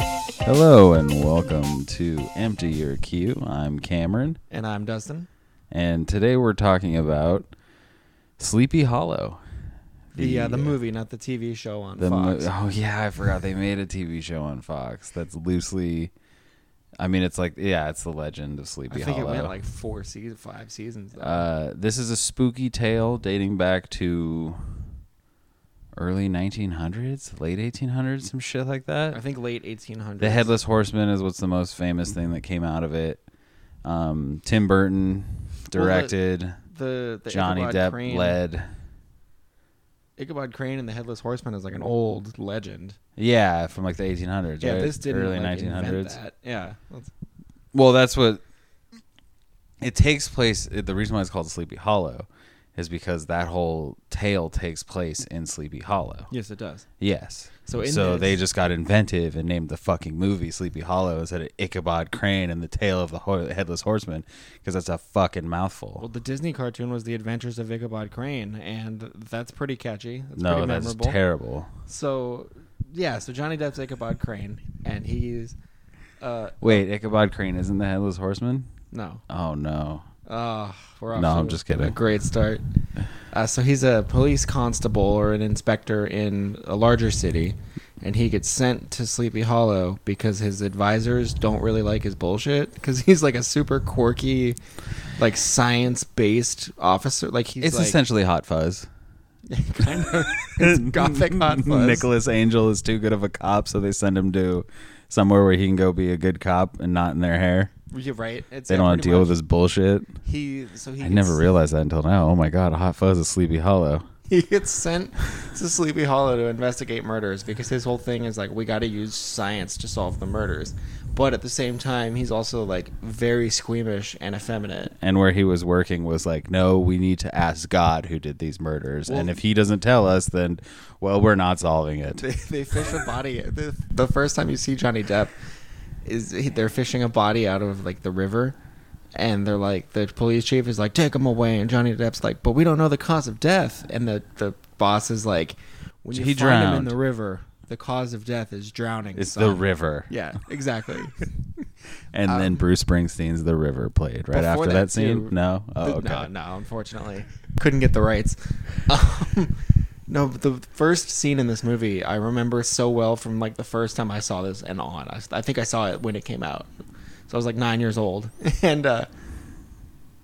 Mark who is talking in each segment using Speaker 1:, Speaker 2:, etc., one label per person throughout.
Speaker 1: Hello and welcome to Empty Your Queue. I'm Cameron,
Speaker 2: And I'm Dustin.
Speaker 1: and today we're talking about Sleepy Hollow.
Speaker 2: The uh, the
Speaker 1: uh,
Speaker 2: movie, not the TV show on
Speaker 1: the mo-
Speaker 2: Fox.
Speaker 1: oh yeah, I forgot they made a TV show on Fox. That's loosely, I mean, it's like yeah, it's the legend of
Speaker 2: I
Speaker 1: Sleepy
Speaker 2: think it
Speaker 1: Hollow.
Speaker 2: went like four seasons, five seasons. Though.
Speaker 1: uh, this is a spooky tale dating back to early 1900s, late 1800s, some shit like that.
Speaker 2: I think late 1800s.
Speaker 1: The Headless Horseman is what's the most famous thing that came out of it. Um, Tim Burton directed.
Speaker 2: the, the
Speaker 1: Johnny
Speaker 2: Ichabod
Speaker 1: Depp
Speaker 2: Crane,
Speaker 1: led.
Speaker 2: Ichabod Crane and the Headless Horseman is like an old legend.
Speaker 1: Yeah, from like the 1800s.
Speaker 2: Yeah,
Speaker 1: right?
Speaker 2: this didn't
Speaker 1: early
Speaker 2: like,
Speaker 1: 1900s.
Speaker 2: Invent that. Yeah, That's-
Speaker 1: Well, that's what it takes place. it- The reason why it's called Sleepy Hollow is because that whole tale takes place in Sleepy Hollow.
Speaker 2: yes, it does.
Speaker 1: Yes.
Speaker 2: So in
Speaker 1: so
Speaker 2: this-
Speaker 1: they just got inventive and named the fucking movie Sleepy Hollow instead of Ichabod Crane and the Tale of the Ho- Headless Horseman because that's a fucking mouthful.
Speaker 2: Well, the Disney cartoon was The Adventures of Ichabod Crane, and that's pretty catchy. That's
Speaker 1: no,
Speaker 2: pretty
Speaker 1: that's
Speaker 2: memorable.
Speaker 1: terrible.
Speaker 2: So, yeah, so Johnny Depp's Ichabod Crane, and he's uh
Speaker 1: Wait, Ichabod Crane isn't the Headless Horseman?
Speaker 2: no,
Speaker 1: Oh no.
Speaker 2: Uh, we're off
Speaker 1: No,
Speaker 2: to
Speaker 1: I'm just kidding.
Speaker 2: A great start. Uh, so he's a police constable or an inspector in a larger city, and he gets sent to Sleepy Hollow because his advisors don't really like his bullshit. Because he's like a super quirky, like science-based officer. Like he's
Speaker 1: it's
Speaker 2: like,
Speaker 1: essentially Hot Fuzz.
Speaker 2: kind of it's gothic hot fuzz.
Speaker 1: Nicholas Angel is too good of a cop, so they send him to somewhere where he can go be a good cop and not in their hair.
Speaker 2: You're right. It's,
Speaker 1: They
Speaker 2: yeah,
Speaker 1: don't want to
Speaker 2: pretty
Speaker 1: deal with
Speaker 2: much.
Speaker 1: this bullshit.
Speaker 2: He so he
Speaker 1: I
Speaker 2: gets-
Speaker 1: never realized that until now. Oh my god, Hot Fuzz is Sleepy Hollow.
Speaker 2: he gets sent to Sleepy Hollow to investigate murders because his whole thing is like we got to use science to solve the murders. But at the same time, he's also like very squeamish and effeminate.
Speaker 1: And where he was working was like, no, we need to ask God who did these murders.
Speaker 2: Well-
Speaker 1: and if he doesn't tell us, then, well, we're not solving it.
Speaker 2: They, they fish a body. The, the first time you see Johnny Depp is he, they're fishing a body out of like the river. And they're like, the police chief is like, take him away. And Johnny Depp's like, but we don't know the cause of death. And the, the boss is like, when you
Speaker 1: He
Speaker 2: find him in
Speaker 1: drowned.
Speaker 2: the river, the cause of death is drowning.
Speaker 1: it's the
Speaker 2: son."
Speaker 1: river.
Speaker 2: Yeah, exactly. Um,
Speaker 1: And then Bruce Springsteen's The River played right
Speaker 2: uh, Before
Speaker 1: after
Speaker 2: that,
Speaker 1: that, scene.
Speaker 2: too,
Speaker 1: no? Oh,
Speaker 2: The-
Speaker 1: God.
Speaker 2: No, no, unfortunately. Couldn't get the rights. Um, no, but the first scene in this movie, I remember so well from like the first time I saw this and on. I, I think I saw it when it came out. So I was like nine years old. And uh,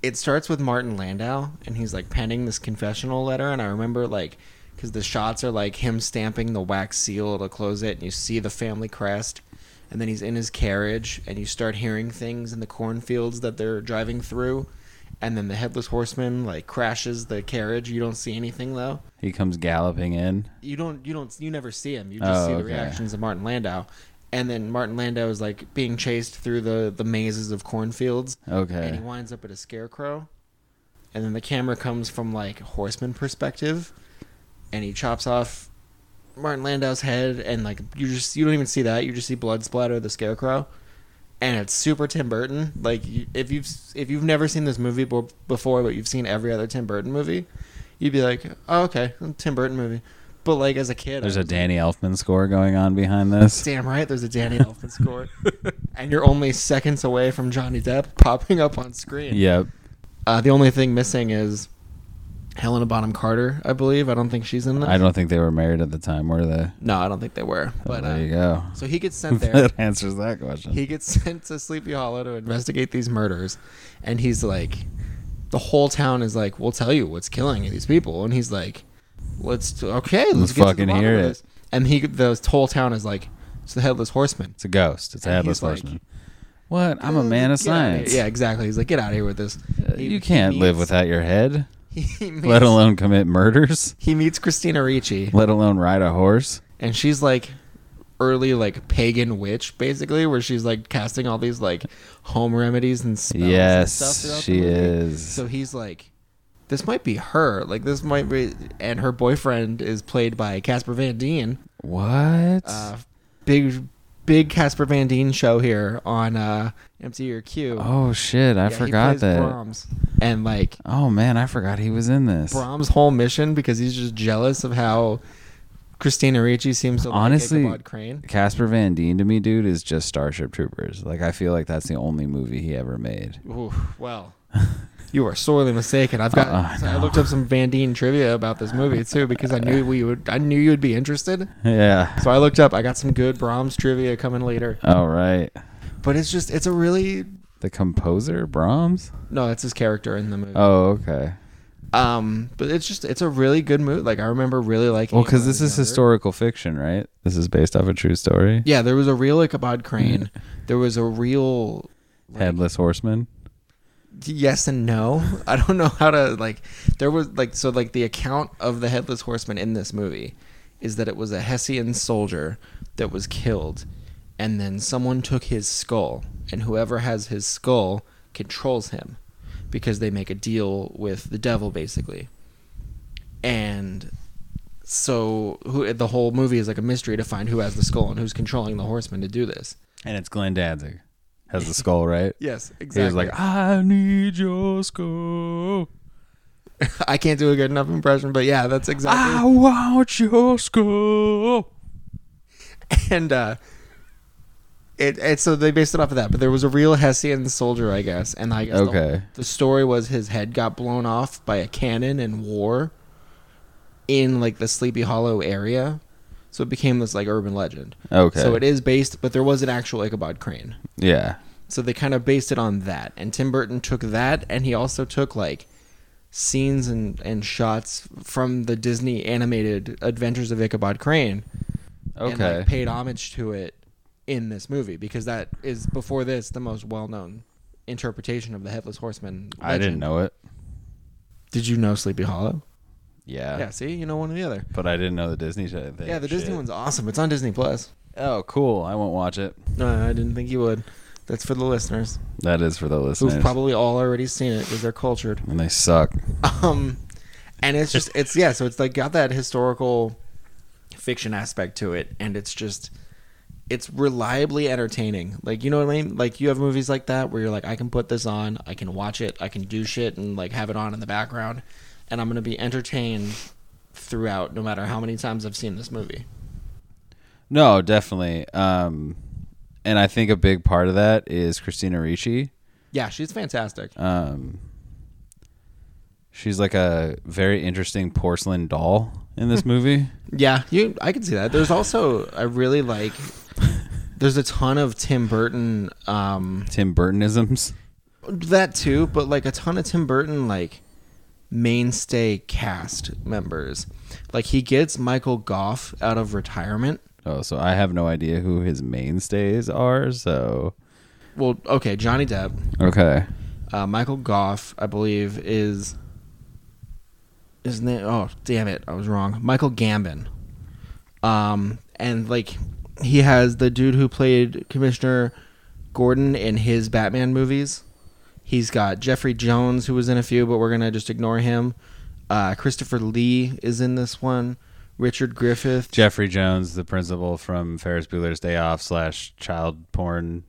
Speaker 2: it starts with Martin Landau, and he's like penning this confessional letter. And I remember like, because the shots are like him stamping the wax seal to close it, and you see the family crest. And then he's in his carriage, and you start hearing things in the cornfields that they're driving through. And then the headless horseman like crashes the carriage. You don't see anything though
Speaker 1: He comes galloping in.
Speaker 2: you don't you don't you never see him. You just
Speaker 1: Oh,
Speaker 2: see the
Speaker 1: okay.
Speaker 2: reactions of Martin Landau. And then Martin Landau is like being chased through the the mazes of cornfields. And
Speaker 1: Okay.
Speaker 2: he winds up at a scarecrow. And then the camera comes from like horseman perspective and he chops off Martin Landau's head and like you just you don't even see that. You just see blood splatter of the scarecrow. And it's super Tim Burton. Like you, if you've if you've never seen this movie be- before but you've seen every other Tim Burton movie, you'd be like, "Oh, okay, Tim Burton movie." But like as a kid,
Speaker 1: There's a
Speaker 2: I was like,
Speaker 1: Danny Elfman score going on behind this.
Speaker 2: Damn right, there's a Danny Elfman score, and you're only seconds away from Johnny Depp popping up on screen.
Speaker 1: Yep.
Speaker 2: Uh, the only thing missing is Helena Bonham Carter, I believe. I don't think she's in this.
Speaker 1: I don't think they were married at the time, were they?
Speaker 2: No, I don't think they were.
Speaker 1: But
Speaker 2: But
Speaker 1: there
Speaker 2: uh,
Speaker 1: you go.
Speaker 2: so he gets sent there.
Speaker 1: that answers that question.
Speaker 2: he gets sent to Sleepy Hollow to investigate these murders, and he's like, the whole town is like, "We'll tell you what's killing these people," and he's like, "Let's okay, let's,
Speaker 1: Let's
Speaker 2: get
Speaker 1: fucking
Speaker 2: to the bottom
Speaker 1: hear
Speaker 2: of
Speaker 1: it.
Speaker 2: this." And he, the whole town is like, "It's the headless horseman."
Speaker 1: it's a ghost. It's a
Speaker 2: And
Speaker 1: headless
Speaker 2: he's like,
Speaker 1: horseman. What? I'm a
Speaker 2: "Get
Speaker 1: man
Speaker 2: out
Speaker 1: of
Speaker 2: of here."
Speaker 1: science.
Speaker 2: Yeah, exactly. He's like, "Get out of here with this."
Speaker 1: Uh,
Speaker 2: He-
Speaker 1: you can't
Speaker 2: he
Speaker 1: live
Speaker 2: meets-
Speaker 1: without your head,
Speaker 2: He meets,
Speaker 1: let alone commit murders,
Speaker 2: he meets Christina Ricci,
Speaker 1: let alone ride a horse.
Speaker 2: and she's like early like pagan witch basically where she's like casting all these like home remedies and spells and stuff
Speaker 1: yes,
Speaker 2: throughout
Speaker 1: she
Speaker 2: the movie.
Speaker 1: is.
Speaker 2: so he's like this might be her like this might be and her boyfriend is played by casper van dien
Speaker 1: what?
Speaker 2: uh big big casper van dien show here on uh empty your cue
Speaker 1: oh shit! I
Speaker 2: Yeah, he
Speaker 1: forgot
Speaker 2: plays
Speaker 1: that.
Speaker 2: brahms and like
Speaker 1: Oh man, I forgot he was in this.
Speaker 2: brahms whole mission because he's just jealous of how Christina Ricci seems to
Speaker 1: Honestly-
Speaker 2: like Ichabod Crane.
Speaker 1: Casper Van Dien to me, dude, is just Starship Troopers. Like I feel like that's the only movie he ever made.
Speaker 2: Ooh, well, you are sorely mistaken. I've got.
Speaker 1: Uh,
Speaker 2: I looked up some Van Dien trivia about this movie too because I knew we would. I knew you'd be interested.
Speaker 1: Yeah.
Speaker 2: So I looked up. I got some good Brahms trivia coming later.
Speaker 1: All right.
Speaker 2: But it's just. It's a really.
Speaker 1: The composer Brahms.
Speaker 2: No, that's his character in the movie.
Speaker 1: Oh, okay.
Speaker 2: Um, but it's just. It's a really good movie. Like I remember really liking.
Speaker 1: Well,
Speaker 2: it when
Speaker 1: because
Speaker 2: I
Speaker 1: this
Speaker 2: was
Speaker 1: is
Speaker 2: younger.
Speaker 1: historical fiction, right? This is based off a true story.
Speaker 2: Yeah, there was a real Ichabod Crane. There was a real. like,
Speaker 1: Headless Horseman.
Speaker 2: yes and no. I don't know how to like. There was like so like the account of the headless horseman in this movie is that it was a Hessian soldier that was killed, and then someone took his skull, and whoever has his skull controls him, because they make a deal with the devil basically, and. So who the whole movie is like a mystery to find who has the skull and who's controlling the horseman to do this.
Speaker 1: And it's Glenn Danzig. Has the skull, right?
Speaker 2: Yes,
Speaker 1: He was like, I need your skull.
Speaker 2: I can't do a good enough impression, but yeah, that's exactly.
Speaker 1: I want your skull.
Speaker 2: and uh it, it so they based it off of that but there was a real hessian soldier i guess and i guess the-
Speaker 1: Okay.
Speaker 2: the, story was his head got blown off by a cannon in war in like the sleepy hollow area so it became this like urban legend
Speaker 1: Oh, Okay.
Speaker 2: so it is based but there was an actual ichabod crane
Speaker 1: Yeah.
Speaker 2: so they kind of based it on that and tim burton took that and he also took like scenes and, and shots from the disney animated adventures of ichabod crane and
Speaker 1: Okay.
Speaker 2: like, paid homage to it in this movie because that is before this the most well-known interpretation of the headless horseman.
Speaker 1: I didn't
Speaker 2: legend.
Speaker 1: know it.
Speaker 2: Did you know Sleepy Hollow?
Speaker 1: Yeah.
Speaker 2: yeah, see, you know one or the other.
Speaker 1: But I didn't know the Disney shit.
Speaker 2: Yeah, the Disney one's awesome. It's on Disney Plus.
Speaker 1: Oh, cool. I won't watch it.
Speaker 2: No, I didn't think you would. That's for the listeners
Speaker 1: That is for the listeners.
Speaker 2: who've probably all already seen it because they're cultured.
Speaker 1: and they suck.
Speaker 2: Um, and it's just it's yeah, so it's like got that historical fiction aspect to it, and it's just it's reliably entertaining. Like you know what I mean? Like you have movies like that where you're like, I can put this on, I can watch it, I can do shit, and like have it on in the background, and I'm gonna be entertained throughout, no matter how many times I've seen this movie.
Speaker 1: No, definitely. Um, and I think a big part of that is Christina Ricci.
Speaker 2: Yeah, she's fantastic.
Speaker 1: Um, she's like a very interesting porcelain doll in this movie.
Speaker 2: Yeah, you. I can see that. There's also I really like. There's a ton of Tim Burton. Um,
Speaker 1: Tim Burtonisms.
Speaker 2: that too, but like a ton of Tim Burton like mainstay cast members. Like he gets Michael Goff out of retirement.
Speaker 1: Oh, so I have no idea who his mainstays are. So
Speaker 2: Well, okay, Johnny Depp,
Speaker 1: okay,
Speaker 2: uh, Michael Goff, I believe is his name. Oh, damn it, I was wrong. Michael Gambon. Um, and like he has the dude who played Commissioner Gordon in his Batman movies. He's got Jeffrey Jones, who was in a few, but we're gonna just ignore him. Uh, Christopher Lee is in this one. Richard Griffith.
Speaker 1: Jeffrey Jones, the principal from Ferris Bueller's Day Off slash child porn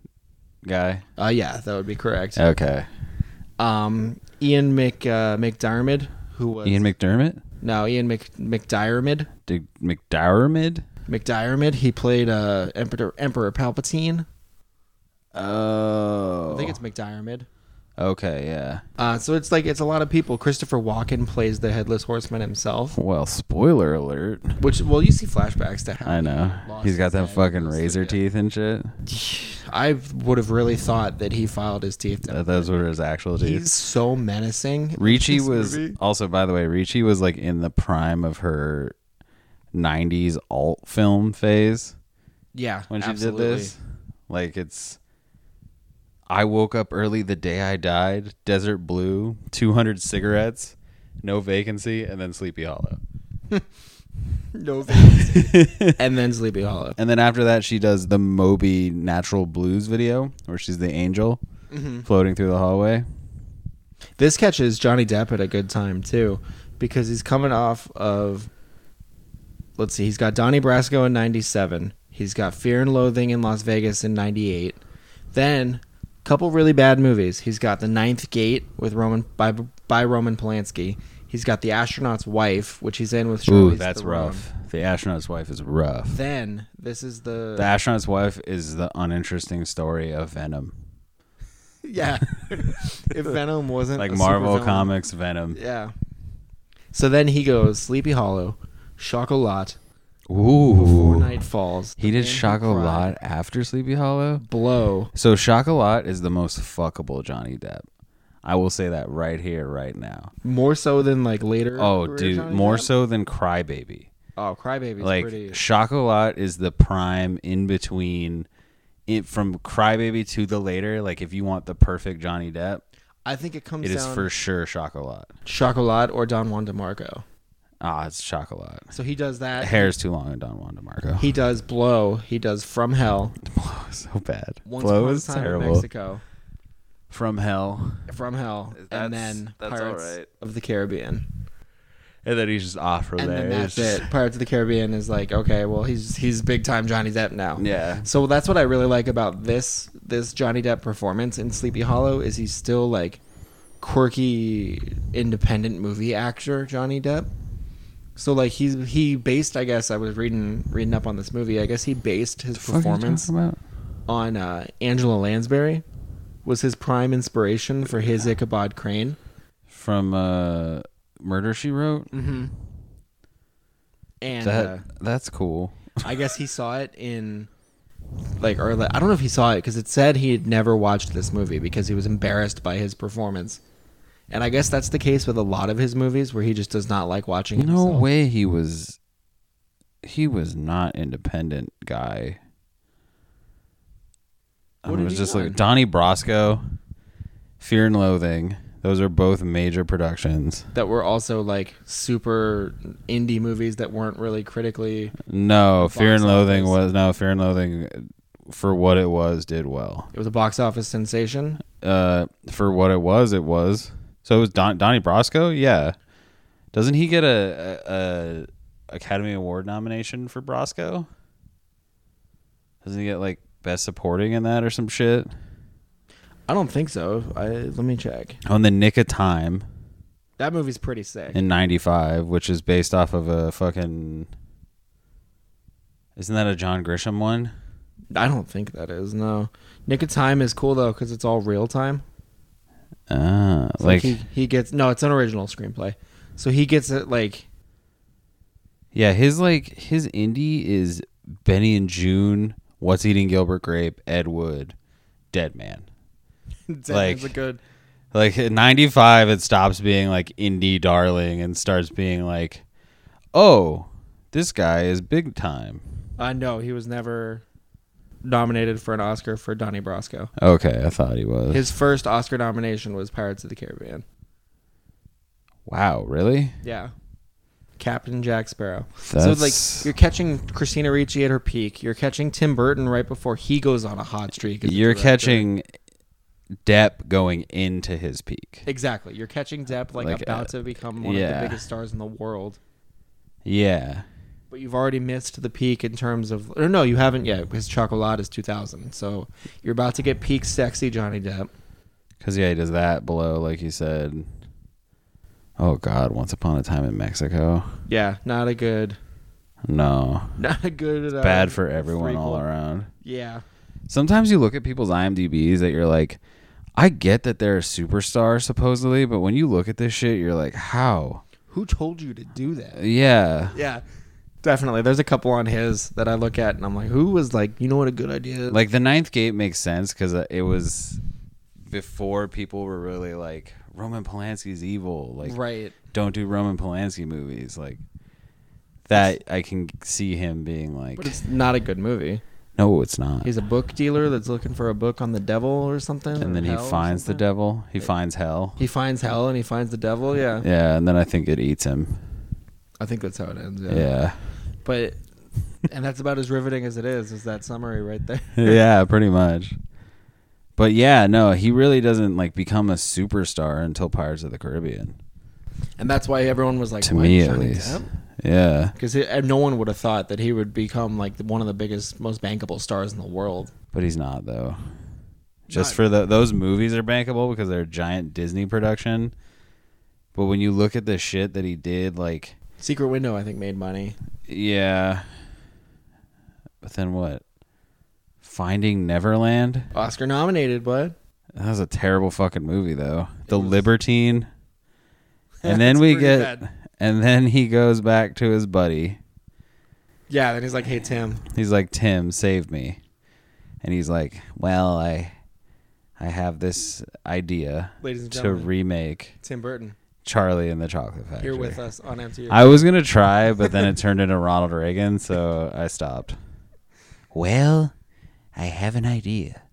Speaker 1: guy.
Speaker 2: Uh, yeah, that would be correct.
Speaker 1: Okay,
Speaker 2: Um, Ian Mc uh, McDiarmid, who was
Speaker 1: Ian McDermott.
Speaker 2: no Ian Mc McDiarmid.
Speaker 1: Did McDowramid?
Speaker 2: McDiarmid. He played uh, Emperor Emperor Palpatine.
Speaker 1: Oh,
Speaker 2: I think it's McDiarmid.
Speaker 1: okay. Yeah.
Speaker 2: Uh, so it's like it's a lot of people. Christopher Walken plays the headless horseman himself.
Speaker 1: Well, spoiler alert.
Speaker 2: Which well, you see flashbacks to how
Speaker 1: I know.
Speaker 2: he lost
Speaker 1: He's got
Speaker 2: his
Speaker 1: them
Speaker 2: head.
Speaker 1: fucking
Speaker 2: It's
Speaker 1: razor
Speaker 2: like a-
Speaker 1: teeth and shit.
Speaker 2: I would have really thought that he filed his teeth. down.
Speaker 1: That, those were his actual teeth.
Speaker 2: He's so menacing.
Speaker 1: Ricci
Speaker 2: This
Speaker 1: was
Speaker 2: movie.
Speaker 1: also, by the way, Ricci was like in the prime of her 90s alt film phase
Speaker 2: yeah.
Speaker 1: when she
Speaker 2: absolutely.
Speaker 1: did this. Like, it's. I woke up early the day I died, Desert Blue, 200 cigarettes, no vacancy, and then Sleepy Hollow.
Speaker 2: No vacancy. and then Sleepy Hollow.
Speaker 1: And then after that, she does the Moby Natural Blues video where she's the angel
Speaker 2: Mm-hmm.
Speaker 1: floating through the hallway.
Speaker 2: This catches Johnny Depp at a good time too, because he's coming off of. Let's see, he's got Donnie Brasco in '97. He's got Fear and Loathing in Las Vegas in '98. Then, a couple really bad movies. He's got The Ninth Gate with Roman by by Roman Polanski. He's got the astronaut's wife, which he's in with.
Speaker 1: Ooh,
Speaker 2: Charlize
Speaker 1: that's
Speaker 2: Theron.
Speaker 1: rough. The astronaut's wife is rough.
Speaker 2: Then this is the
Speaker 1: The astronaut's wife is the uninteresting story of Venom.
Speaker 2: yeah. if Venom wasn't
Speaker 1: Like
Speaker 2: a
Speaker 1: Marvel
Speaker 2: supervillain-
Speaker 1: Comics Venom.
Speaker 2: yeah. So then he goes Sleepy Hollow, Chocolat, Before
Speaker 1: Ooh.
Speaker 2: Night Falls.
Speaker 1: He did
Speaker 2: Chocolat,
Speaker 1: Chocolat after Sleepy Hollow?
Speaker 2: Blow.
Speaker 1: So Chocolat is the most fuckable Johnny Depp. I will say that right here, right now.
Speaker 2: More so than like later.
Speaker 1: Oh,
Speaker 2: career
Speaker 1: dude,
Speaker 2: Johnny
Speaker 1: more
Speaker 2: Depp.
Speaker 1: so than Crybaby.
Speaker 2: Oh, Crybaby's
Speaker 1: like
Speaker 2: pretty.
Speaker 1: Chocolat is the prime in between, it from Crybaby to the later. Like if you want the perfect Johnny Depp,
Speaker 2: I think it comes
Speaker 1: it
Speaker 2: down
Speaker 1: is for sure Chocolat.
Speaker 2: Chocolat or Don Juan DeMarco.
Speaker 1: Ah, it's Chocolat.
Speaker 2: So he does that.
Speaker 1: Hair's too long on Don Juan DeMarco.
Speaker 2: He does Blow. He does From Hell.
Speaker 1: Blow is so bad.
Speaker 2: Once
Speaker 1: Blow
Speaker 2: upon
Speaker 1: is
Speaker 2: a time
Speaker 1: terrible.
Speaker 2: in Mexico.
Speaker 1: From hell,
Speaker 2: From Hell.
Speaker 1: That's-
Speaker 2: and then
Speaker 1: that's
Speaker 2: Pirates
Speaker 1: alright.
Speaker 2: of the Caribbean.
Speaker 1: and then he's just off from
Speaker 2: and
Speaker 1: there.
Speaker 2: then that's
Speaker 1: It's
Speaker 2: it.
Speaker 1: just-
Speaker 2: Pirates of the Caribbean is like, okay, well he's he's big time Johnny Depp now.
Speaker 1: Yeah.
Speaker 2: So that's what I really like about this this Johnny Depp performance in Sleepy Hollow is he's still like quirky independent movie actor Johnny Depp. So like he's he based I guess I was reading reading up on this movie. I guess he based his
Speaker 1: Fuck are you talking
Speaker 2: performance
Speaker 1: about?
Speaker 2: on uh, Angela Lansbury was his prime inspiration for his Ichabod Crane.
Speaker 1: from uh, Murder She Wrote.
Speaker 2: Mm-hmm. And
Speaker 1: That
Speaker 2: uh,
Speaker 1: that's cool.
Speaker 2: I guess he saw it in like early. I don't know if he saw it because it said he had never watched this movie because he was embarrassed by his performance. And I guess that's the case with a lot of his movies where he just does not like watching
Speaker 1: No
Speaker 2: himself.
Speaker 1: way he was. He was not independent guy.
Speaker 2: What
Speaker 1: I
Speaker 2: did
Speaker 1: was
Speaker 2: he
Speaker 1: just
Speaker 2: done?
Speaker 1: like Donnie Brasco, Fear and Loathing. Those are both major productions.
Speaker 2: That were also like super indie movies that weren't really critically.
Speaker 1: No, Fear and
Speaker 2: Box
Speaker 1: Loathing
Speaker 2: office.
Speaker 1: was no Fear and Loathing. uh, For what it was, did well.
Speaker 2: It was a box office sensation.
Speaker 1: Uh, for what it was, it was. So it was Don, Donnie Brasco. Yeah, doesn't he get a, a, a Academy Award nomination for Brasco? Doesn't he get like best supporting in that or some shit?
Speaker 2: I don't think so. I let me check.
Speaker 1: On the Nick of Time
Speaker 2: That movie's pretty sick.
Speaker 1: in '95, which is based off of a fucking. Isn't that a John Grisham one?
Speaker 2: I don't think that is no. Nick of Time is cool though because it's all real time.
Speaker 1: Ah,
Speaker 2: It's
Speaker 1: like,
Speaker 2: like, he, he gets no, it's an original screenplay. So he gets it like
Speaker 1: yeah, his like his indie is Benny and June, What's Eating Gilbert Grape, Ed Wood, Dead Man.
Speaker 2: like
Speaker 1: Like-
Speaker 2: a good
Speaker 1: Like at 95, it stops being like indie darling and starts being like, oh, this guy is big time.
Speaker 2: uh no, he was never nominated for an Oscar for Donnie Brasco.
Speaker 1: Okay, I thought he was.
Speaker 2: His first Oscar nomination was Pirates of the Caribbean.
Speaker 1: wow, really?
Speaker 2: Yeah. Captain Jack Sparrow. So
Speaker 1: That's-
Speaker 2: like you're catching Christina Ricci at her peak. You're catching Tim Burton right before he goes on a hot streak. as a
Speaker 1: You're
Speaker 2: director.
Speaker 1: catching Depp going into his peak.
Speaker 2: Exactly. You're catching Depp like,
Speaker 1: Like,
Speaker 2: about
Speaker 1: uh,
Speaker 2: to become one of
Speaker 1: yeah.
Speaker 2: the biggest stars in the world.
Speaker 1: Yeah.
Speaker 2: but you've already missed the peak in terms of or no you haven't yet because chocolat is 2000 so you're about to get peak sexy johnny depp
Speaker 1: Because, yeah, he does that below, like he said. Oh, God, Once Upon a Time in Mexico.
Speaker 2: yeah not a good
Speaker 1: No.
Speaker 2: not a good uh,
Speaker 1: Bad for everyone all
Speaker 2: prequel.
Speaker 1: around.
Speaker 2: yeah
Speaker 1: sometimes you look at people's IMDb's that you're like, I get that they're a superstar supposedly, but when you look at this shit, you're like, how?
Speaker 2: who told you to do that
Speaker 1: Yeah,
Speaker 2: yeah definitely there's a couple on his that i look at and i'm like who was like you know what a good idea is?
Speaker 1: like the Ninth Gate makes sense because it was before people were really like Roman Polanski's evil. Like,
Speaker 2: right
Speaker 1: don't do Roman Polanski movies. Like that, I can see him being like,
Speaker 2: but it's not a good movie
Speaker 1: no, it's not.
Speaker 2: he's a book dealer that's looking for a book on the devil or something
Speaker 1: And
Speaker 2: or
Speaker 1: then he
Speaker 2: hell or
Speaker 1: finds the
Speaker 2: something.
Speaker 1: devil. He finds hell.
Speaker 2: he finds hell and he finds the devil yeah
Speaker 1: Yeah, and then I think it eats him.
Speaker 2: i think that's how it ends
Speaker 1: Yeah.
Speaker 2: but and that's about as riveting as it is is that summary right there
Speaker 1: yeah, pretty much. But yeah, no, he really doesn't like become a superstar until Pirates of the Caribbean.
Speaker 2: and that's why everyone was like
Speaker 1: to me at least. Yeah.
Speaker 2: because no one would have thought that he would become like the- one of the biggest most bankable stars in the world
Speaker 1: But he's not though. Just
Speaker 2: Not-
Speaker 1: for the those movies are bankable because they're a giant Disney production. But when you look at the shit that he did, like,
Speaker 2: Secret Window, I think, made money.
Speaker 1: yeah. But then what? Finding Neverland?
Speaker 2: Oscar nominated, bud.
Speaker 1: That was a terrible fucking movie, though. The Libertine. And then we
Speaker 2: pretty
Speaker 1: get.
Speaker 2: bad.
Speaker 1: And then he goes back to his buddy.
Speaker 2: Yeah, then he's like, "Hey Tim,
Speaker 1: He's like, Tim, save me. And he's like, Well, I I have this idea
Speaker 2: Ladies and
Speaker 1: to
Speaker 2: gentlemen.
Speaker 1: remake
Speaker 2: Tim Burton,
Speaker 1: Charlie and the Chocolate Factory.
Speaker 2: here with us on MTV."
Speaker 1: I was gonna try, but then it turned into Ronald Reagan, so I stopped. Well, I have an idea.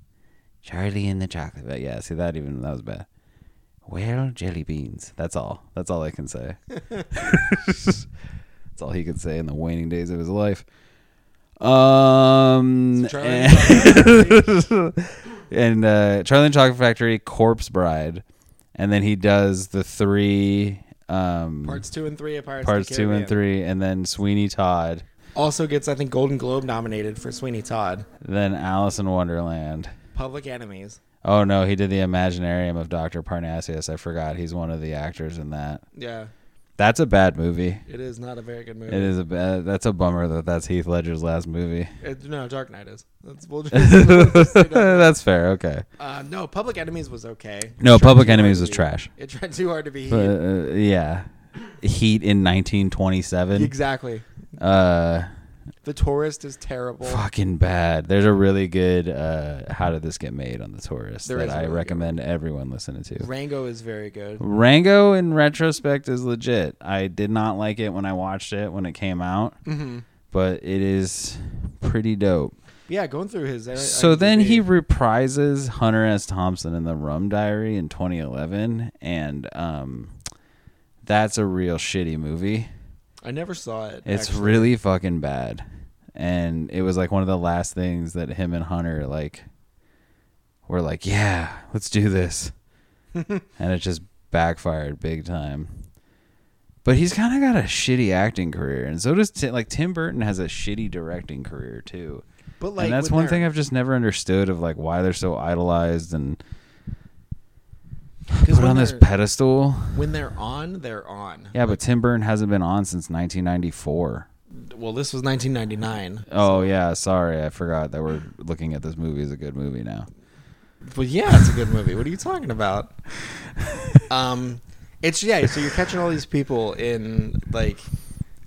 Speaker 1: Charlie and the chocolate. Factory. Yeah, see that even that was bad. Well, jelly beans. That's all. That's all I can say. That's all he could say in the waning days of his life. Um,
Speaker 2: So Charlie and
Speaker 1: and, and uh, Charlie and the Chocolate Factory, Corpse Bride, and then he does the three um,
Speaker 2: parts two and three of Pirates. of the
Speaker 1: parts two and
Speaker 2: Caribbean.
Speaker 1: three, and then Sweeney Todd,
Speaker 2: Also gets, I think, Golden Globe nominated for Sweeney Todd.
Speaker 1: then Alice in Wonderland.
Speaker 2: Public Enemies.
Speaker 1: Oh no, he did the Imaginarium of Doctor Parnassus. I forgot he's one of the actors in that.
Speaker 2: Yeah,
Speaker 1: That's a bad movie.
Speaker 2: it is not a very good movie.
Speaker 1: It is a bad. That's a bummer that that's Heath Ledger's last movie.
Speaker 2: It- Uh, no, Dark Knight is. That's, we'll just, we'll just say that.
Speaker 1: that's fair. Okay.
Speaker 2: Uh, no, Public Enemies was okay.
Speaker 1: No,
Speaker 2: It tried
Speaker 1: Public
Speaker 2: too hard
Speaker 1: Enemies
Speaker 2: to
Speaker 1: was
Speaker 2: be-
Speaker 1: trash.
Speaker 2: It tried too hard to be.
Speaker 1: But
Speaker 2: heat.
Speaker 1: uh, yeah, Heat in 1927.
Speaker 2: exactly.
Speaker 1: Uh,
Speaker 2: The Tourist is terrible.
Speaker 1: fucking bad. There's a really good uh, "How Did This Get Made" on the Taurus
Speaker 2: There
Speaker 1: that
Speaker 2: is a
Speaker 1: I
Speaker 2: really good
Speaker 1: recommend everyone listening to.
Speaker 2: Rango is very good.
Speaker 1: Rango in retrospect is legit. I did not like it when I watched it when it came out,
Speaker 2: Mm-hmm.
Speaker 1: but it is pretty dope.
Speaker 2: Yeah, going through his.
Speaker 1: So then he
Speaker 2: IMDb.
Speaker 1: reprises Hunter S. Thompson in the Rum Diary in 2011, and um, that's a real shitty movie.
Speaker 2: I never saw it.
Speaker 1: It's
Speaker 2: actually.
Speaker 1: really fucking bad. And it was like one of the last things that him and Hunter like were like, yeah, let's do this. and it just backfired big time. But he's kind of got a shitty acting career, and so does Tim, like Tim Burton has a shitty directing career too.
Speaker 2: But like
Speaker 1: and that's
Speaker 2: when
Speaker 1: one
Speaker 2: they're-
Speaker 1: thing I've just never understood of like why they're so idolized and
Speaker 2: 'cause
Speaker 1: put
Speaker 2: when
Speaker 1: on this
Speaker 2: they're-
Speaker 1: pedestal.
Speaker 2: When they're on, they're on.
Speaker 1: Yeah, but Tim Burton hasn't been on since 1994.
Speaker 2: Well, this was 1999.
Speaker 1: Oh yeah, sorry, I forgot that we're looking at this movie as a good movie now.
Speaker 2: Well, yeah, it's a good movie. What are you talking about? um, it's yeah. So you're catching all these people in like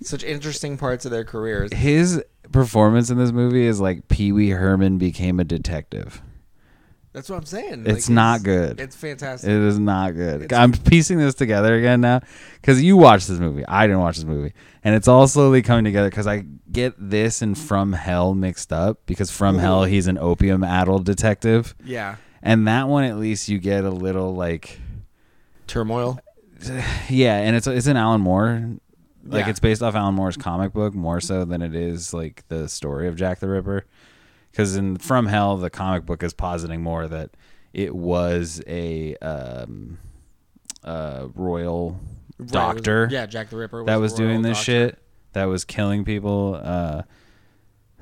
Speaker 2: such interesting parts of their careers.
Speaker 1: His performance in this movie is like Pee Wee Herman became a detective.
Speaker 2: That's what I'm saying.
Speaker 1: It's not good.
Speaker 2: It's fantastic.
Speaker 1: It is not good.
Speaker 2: It's-
Speaker 1: I'm piecing this together again now because you watched this movie. I didn't watch this movie, and it's all slowly coming together because I get this and From Hell mixed up because From Hell he's an opium addled detective,
Speaker 2: yeah.
Speaker 1: and that one at least you get a little like
Speaker 2: Turmoil.
Speaker 1: Yeah, and it's it's an Alan Moore. Like
Speaker 2: Yeah.
Speaker 1: it's based off Alan Moore's comic book more so than it is like the story of Jack the Ripper. Because in From Hell, the comic book is positing more that it was a um, uh, royal
Speaker 2: Right, it was-
Speaker 1: doctor
Speaker 2: yeah, Jack the Ripper. Was
Speaker 1: that
Speaker 2: a
Speaker 1: was
Speaker 2: royal
Speaker 1: doing this
Speaker 2: doctor.
Speaker 1: shit, that was killing people, uh,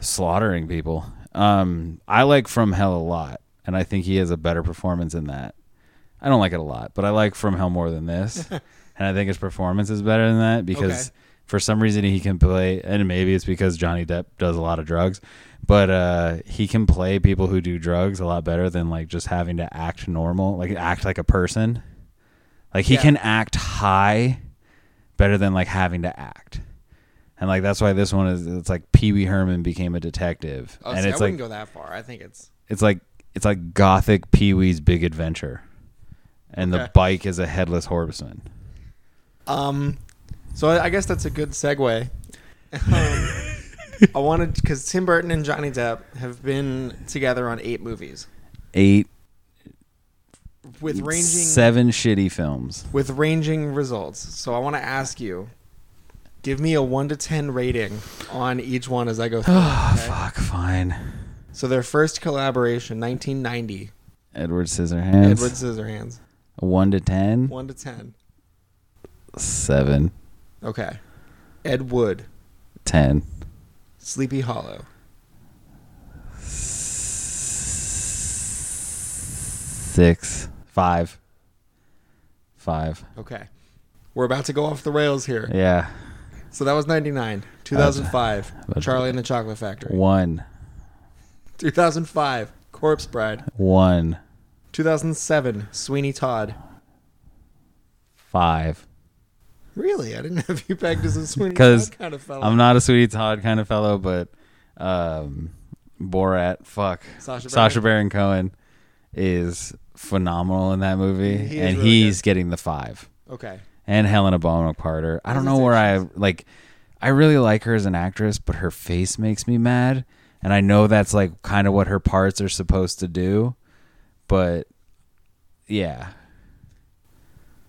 Speaker 1: slaughtering people. Um, I like From Hell a lot, and I think he has a better performance in that. I don't like it a lot, but I like From Hell more than this, and I think his performance is better than that because
Speaker 2: Okay.
Speaker 1: for some reason he can play, and maybe it's because Johnny Depp does a lot of drugs, but uh, he can play people who do drugs a lot better than like just having to act normal, like act like a person. Like he
Speaker 2: Yeah.
Speaker 1: can act high better than like having to act. And like that's why this one is it's like Pee Wee Herman became a detective.
Speaker 2: Oh,
Speaker 1: and
Speaker 2: see,
Speaker 1: it's
Speaker 2: I
Speaker 1: like
Speaker 2: wouldn't go that far. I think it's
Speaker 1: it's like it's like gothic Pee Wee's big adventure. And the
Speaker 2: Okay.
Speaker 1: bike is a headless horseman.
Speaker 2: Um, so I, I guess that's a good segue. Um, I wanted because Tim Burton and Johnny Depp have been together on eight movies
Speaker 1: Eight
Speaker 2: with ranging
Speaker 1: seven shitty films.
Speaker 2: with ranging results. So I want to ask you, give me a one to ten rating on each one as I go through.
Speaker 1: Oh
Speaker 2: okay?
Speaker 1: fuck, fine.
Speaker 2: So their first collaboration, 1990,
Speaker 1: Edward Scissorhands.
Speaker 2: Edward Scissorhands,
Speaker 1: One to ten.
Speaker 2: one to ten.
Speaker 1: Seven.
Speaker 2: Okay, Ed Wood,
Speaker 1: Ten.
Speaker 2: Sleepy Hollow,
Speaker 1: Six. Five. Five.
Speaker 2: Okay. We're about to go off the rails here.
Speaker 1: Yeah.
Speaker 2: So that was 99. 2005,
Speaker 1: That's-
Speaker 2: Charlie and the Chocolate Factory.
Speaker 1: One.
Speaker 2: 2005, Corpse Bride.
Speaker 1: One.
Speaker 2: 2007, Sweeney Todd.
Speaker 1: Five.
Speaker 2: Really? I didn't have you pegged as a Sweeney
Speaker 1: 'Cause
Speaker 2: Todd kind of fella.
Speaker 1: I'm not a sweetie Todd kind of fellow, but um, Borat, fuck,
Speaker 2: Sacha Baron-
Speaker 1: Baron Cohen is phenomenal in that movie,
Speaker 2: He is
Speaker 1: and
Speaker 2: really
Speaker 1: he's getting the five.
Speaker 2: okay.
Speaker 1: And Helena Bonham Carter. I don't know where I like. I really like her as an actress, but her face makes me mad, and I know that's like kind of what her parts are supposed to do, but yeah,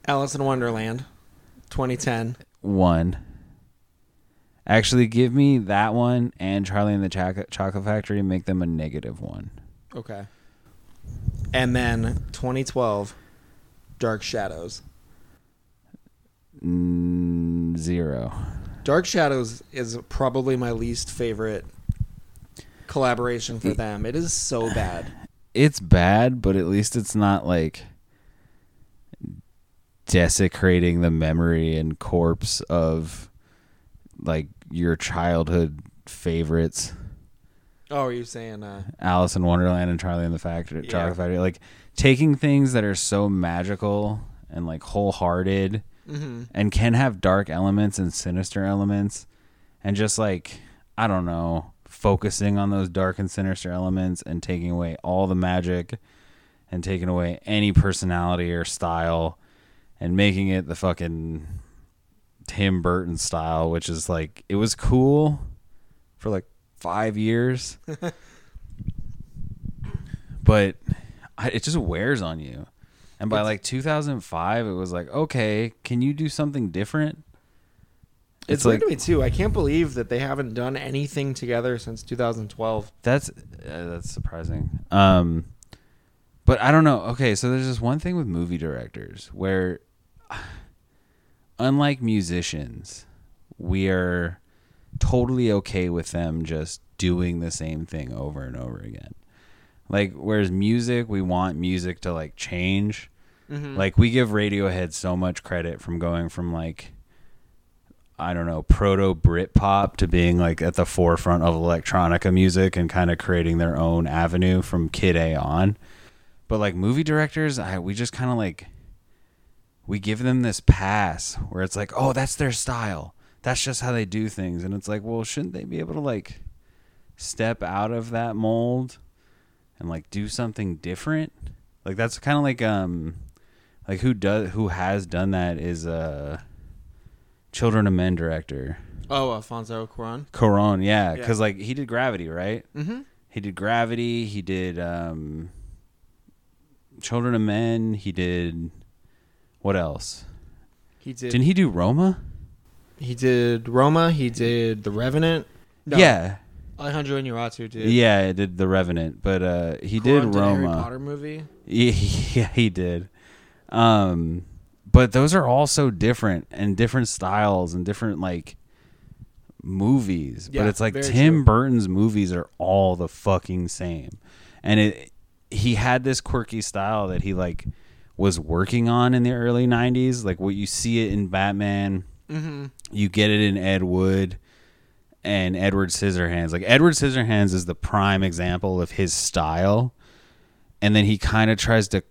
Speaker 2: Alice in Wonderland, 2010.
Speaker 1: one. Actually, give me that one and Charlie and the Chocolate, Chocolate Factory and make them a negative one.
Speaker 2: Okay. And then 2012, Dark Shadows.
Speaker 1: Mm, zero.
Speaker 2: Dark Shadows is probably my least favorite collaboration
Speaker 1: Mm.
Speaker 2: for them. It is so bad.
Speaker 1: It's bad, but at least it's not like desecrating the memory and corpse of like your childhood favorites,
Speaker 2: Oh, are you saying uh,
Speaker 1: Alice in Wonderland and Charlie and the Factory,
Speaker 2: Yeah.
Speaker 1: Chocolate Factory. Like taking things that are so magical and like wholehearted
Speaker 2: mhm.
Speaker 1: and can have dark elements and sinister elements and just like i don't know focusing on those dark and sinister elements and taking away all the magic and taking away any personality or style and making it the fucking tim burton style which is like it was cool for like five years but I, it just wears on you and by like 2005 it was like okay can you do something different It's
Speaker 2: It's, weird
Speaker 1: like-
Speaker 2: to me too. I can't believe that they haven't done anything together since 2012.
Speaker 1: That's uh, that's surprising. Um, but I don't know. Okay, so there's this one thing with movie directors where, unlike musicians, we are totally okay with them just doing the same thing over and over again. Like whereas music, we want music to like change.
Speaker 2: Mm-hmm.
Speaker 1: Like we give Radiohead so much credit from going from like I don't know, proto Britpop to being like at the forefront of electronica music and kind of creating their own avenue from Kid A on. But like movie directors, I we just kind of like we give them this pass where it's like, "Oh, that's their style. That's just how they do things." And it's like, "Well, shouldn't they be able to like step out of that mold and like do something different?" Like that's kind of like um like who does who has done that is uh Children of Men director.
Speaker 2: Oh, Alfonso Cuarón.
Speaker 1: Coron, yeah,
Speaker 2: Yeah.
Speaker 1: because like he did Gravity, right?
Speaker 2: Mm-hmm.
Speaker 1: He did Gravity. He did um, Children of Men. He did what else?
Speaker 2: He did.
Speaker 1: Didn't he do Roma?
Speaker 2: He did Roma. He did The Revenant. No,
Speaker 1: Yeah,
Speaker 2: Alejandro Inarritu did.
Speaker 1: yeah, he did The Revenant, but uh, he did
Speaker 2: Cuarón
Speaker 1: Roma.
Speaker 2: Harry Potter movie.
Speaker 1: Yeah, yeah, he did. Um, but those are all so different and different styles and different like movies.
Speaker 2: Yeah,
Speaker 1: but it's like
Speaker 2: very
Speaker 1: Tim
Speaker 2: true.
Speaker 1: Burton's movies are all the fucking same. And it he had this quirky style that he like was working on in the early 90s, like what you see it in Batman,
Speaker 2: Mm-hmm.
Speaker 1: you get it in Ed Wood and Edward Scissorhands. Like Edward Scissorhands is the prime example of his style, and then he kind of tries to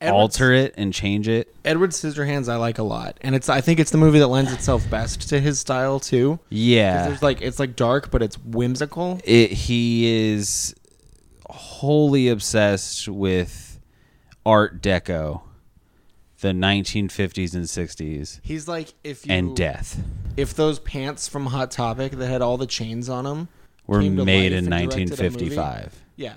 Speaker 1: alter it and change it.
Speaker 2: Edward Scissorhands. I like a lot, and it's. I think it's the movie that lends itself best to his style too. 'Cause
Speaker 1: Yeah,
Speaker 2: There's like it's like dark, but it's whimsical.
Speaker 1: it, he is wholly obsessed with Art Deco, the 1950s and 60s,
Speaker 2: He's like if you
Speaker 1: and death
Speaker 2: if those pants from Hot Topic that had all the chains on them
Speaker 1: were
Speaker 2: came to
Speaker 1: made
Speaker 2: life
Speaker 1: in
Speaker 2: and directed a movie-
Speaker 1: 1955.
Speaker 2: Yeah.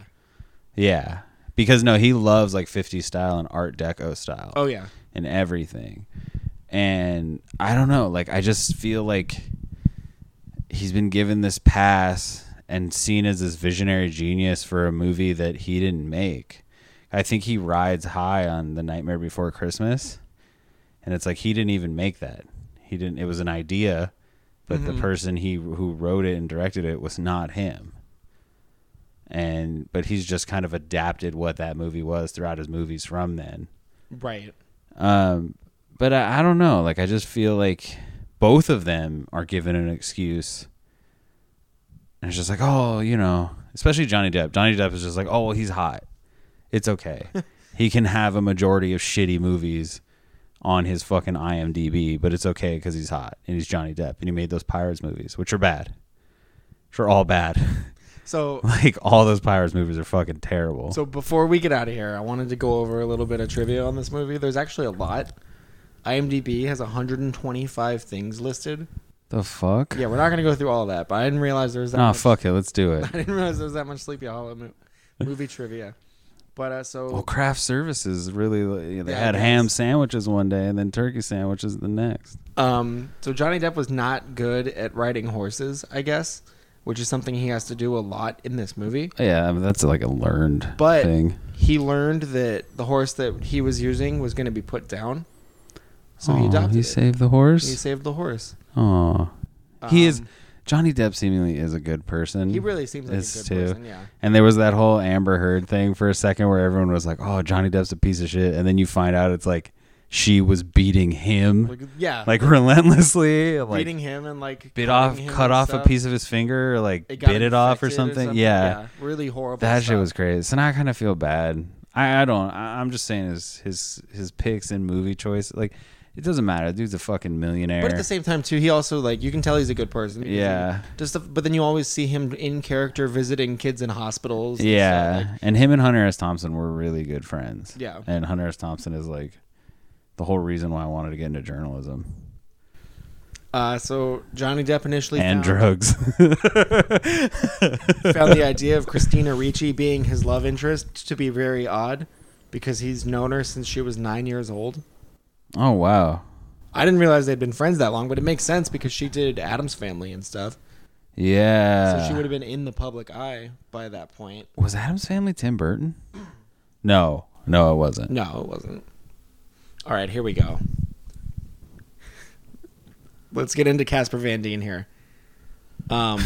Speaker 1: Yeah. Because no, he loves like 50s style and art deco style
Speaker 2: Oh yeah.
Speaker 1: and everything. And I don't know, like I just feel like he's been given this pass and seen as this visionary genius for a movie that he didn't make. I think he rides high on The Nightmare Before Christmas. And it's like he didn't even make that. He didn't it was an idea, but the person he who wrote it and directed it was not him and but he's just kind of adapted what that movie was throughout his movies from then.
Speaker 2: Right.
Speaker 1: Um, but I, I don't know. Like I just feel like both of them are given an excuse, and it's just like, oh, you know, especially Johnny Depp. Johnny Depp is just like, oh, well, he's hot. It's okay. he can have a majority of shitty movies on his fucking IMDb, but it's okay because he's hot and he's Johnny Depp, and he made those Pirates movies, which are bad. Which are all bad.
Speaker 2: So
Speaker 1: like all those Pirates movies are fucking terrible.
Speaker 2: So before we get out of here, I wanted to go over a little bit of trivia on this movie. There's actually a lot. IMDb has 125 things listed.
Speaker 1: the fuck?
Speaker 2: Yeah, we're not gonna go through all of that, but I didn't realize there was that.
Speaker 1: Nah,
Speaker 2: much,
Speaker 1: fuck it. Let's do it.
Speaker 2: I didn't realize there was that much Sleepy Hollow mo- movie trivia. But uh, so
Speaker 1: Well, craft services really like, they
Speaker 2: Yeah, I
Speaker 1: had ham
Speaker 2: guess.
Speaker 1: sandwiches one day and then turkey sandwiches the next.
Speaker 2: Um, so Johnny Depp was not good at riding horses, I guess, which is something he has to do a lot in this movie.
Speaker 1: Yeah, I mean, that's like a learned
Speaker 2: But
Speaker 1: thing.
Speaker 2: he learned that the horse that he was using was going to be put down, so he
Speaker 1: Aw,
Speaker 2: adopted
Speaker 1: he
Speaker 2: it.
Speaker 1: saved the
Speaker 2: He
Speaker 1: horse.
Speaker 2: saved the horse.
Speaker 1: Aw. he is
Speaker 2: Um,
Speaker 1: Johnny Depp seemingly is a good person.
Speaker 2: He really seems like a
Speaker 1: Is
Speaker 2: good
Speaker 1: too.
Speaker 2: person. Yeah.
Speaker 1: And there was that whole Amber Heard thing for a second where everyone was like, "Oh, Johnny Depp's a piece of shit," and then you find out it's like she was beating him
Speaker 2: Like, yeah.
Speaker 1: like relentlessly, like
Speaker 2: beating him and like
Speaker 1: bit
Speaker 2: cutting
Speaker 1: off,
Speaker 2: him
Speaker 1: cut
Speaker 2: and
Speaker 1: off
Speaker 2: stuff.
Speaker 1: a piece of his finger, or like
Speaker 2: got
Speaker 1: bit it off or
Speaker 2: infected
Speaker 1: something. yeah.
Speaker 2: Really horrible.
Speaker 1: That
Speaker 2: stuff.
Speaker 1: shit was crazy. So now I kind of feel bad. I, I don't. I, I'm just saying his his his picks and movie choice. Like it doesn't matter. The dude's a fucking millionaire.
Speaker 2: But at the same time, too, he also like you can tell he's a good person. because he-
Speaker 1: Yeah.
Speaker 2: Just the, but then you always see him in character visiting kids in hospitals. and
Speaker 1: yeah,
Speaker 2: stuff, like-
Speaker 1: and him and Hunter S. Thompson were really good friends.
Speaker 2: Yeah.
Speaker 1: and Hunter S. Thompson is like the whole reason why I wanted to get into journalism
Speaker 2: uh, so Johnny Depp initially
Speaker 1: and
Speaker 2: found,
Speaker 1: drugs.
Speaker 2: found the idea of Christina Ricci being his love interest to be very odd, because he's known her since she was nine years old.
Speaker 1: oh wow.
Speaker 2: I didn't realize they'd been friends that long, but it makes sense because she did Adam's Family and stuff,
Speaker 1: Yeah.
Speaker 2: so she would have been in the public eye by that point.
Speaker 1: was Adam's family Tim Burton? No, no, it wasn't.
Speaker 2: No, it wasn't. All right, here we go. Let's get into Casper Van Dien here. Um,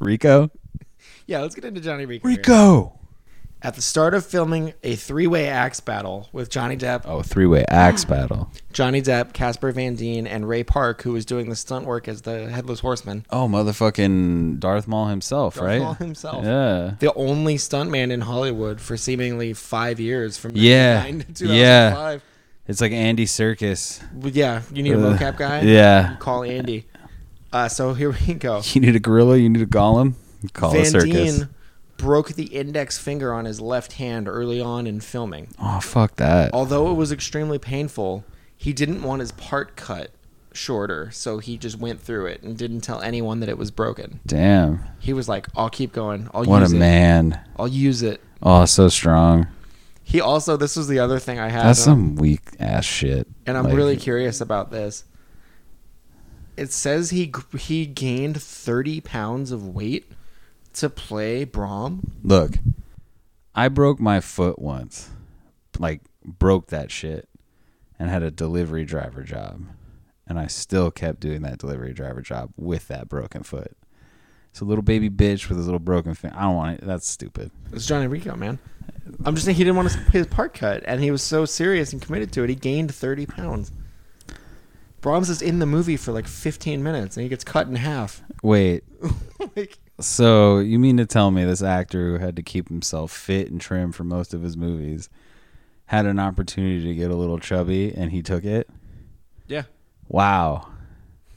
Speaker 1: Rico.
Speaker 2: yeah, let's get into Johnny Rico. here.
Speaker 1: Rico.
Speaker 2: At the start of filming a three-way axe battle with Johnny Depp,
Speaker 1: Oh, three-way axe battle.
Speaker 2: Johnny Depp, Casper Van Dien, and Ray Park, who was doing the stunt work as the headless horseman,
Speaker 1: Oh, motherfucking Darth Maul himself,
Speaker 2: Darth
Speaker 1: right?
Speaker 2: Maul himself.
Speaker 1: Yeah.
Speaker 2: the only stuntman in Hollywood for seemingly five years from
Speaker 1: Yeah.
Speaker 2: 1999 to
Speaker 1: Yeah.
Speaker 2: 2005.
Speaker 1: It's like Andy Circus.
Speaker 2: But yeah, you need a
Speaker 1: Ugh.
Speaker 2: mocap guy.
Speaker 1: Yeah.
Speaker 2: call Andy. Uh, so here we go.
Speaker 1: You need a gorilla, you need a golem, call a
Speaker 2: Van
Speaker 1: circus.
Speaker 2: Dien broke the index finger on his left hand early on in filming.
Speaker 1: Oh, fuck that.
Speaker 2: Although it was extremely painful, he didn't want his part cut shorter, so he just went through it and didn't tell anyone that it was broken.
Speaker 1: Damn.
Speaker 2: He was like, "I'll keep going. I'll
Speaker 1: What a
Speaker 2: use it.
Speaker 1: man.
Speaker 2: I'll use it."
Speaker 1: Oh, so strong.
Speaker 2: He also this was the other thing I had
Speaker 1: That's
Speaker 2: on-
Speaker 1: some weak ass shit.
Speaker 2: and I'm
Speaker 1: Like,
Speaker 2: really curious about this. It says he g- he gained 30 pounds of weight to play Brom.
Speaker 1: Look, I broke my foot once. Like, broke that shit and had a delivery driver job. And I still kept doing that delivery driver job with that broken foot. So, little baby bitch with his little broken finger. I don't want it. That's stupid.
Speaker 2: It's Johnny Rico, man. I'm just saying he didn't want his, his part cut, and he was so serious and committed to it. He gained 30 pounds. Brahms is in the movie for like 15 minutes, and he gets cut in half.
Speaker 1: Wait,
Speaker 2: like,
Speaker 1: so you mean to tell me this actor who had to keep himself fit and trim for most of his movies had an opportunity to get a little chubby and he took it?
Speaker 2: yeah.
Speaker 1: Wow.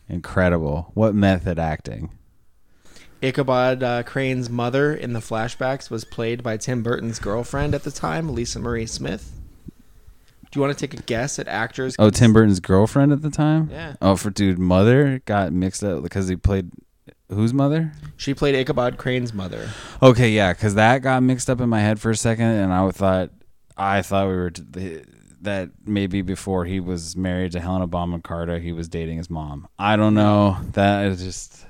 Speaker 1: Incredible. What method acting?
Speaker 2: Ichabod uh, Crane's mother in the flashbacks was played by Tim Burton's girlfriend at the time, Lisa Marie Smith. Do you want to take a guess at actors?
Speaker 1: Oh, Tim Burton's girlfriend at the time?
Speaker 2: Yeah.
Speaker 1: Oh, for dude, mother got mixed up because he played whose mother?
Speaker 2: She played Ichabod Crane's mother.
Speaker 1: Okay, yeah, because that got mixed up in my head for a second, and I thought I thought we were t- th- that maybe before he was married to Helena Bonham Carter, he was dating his mom. I don't know. That is just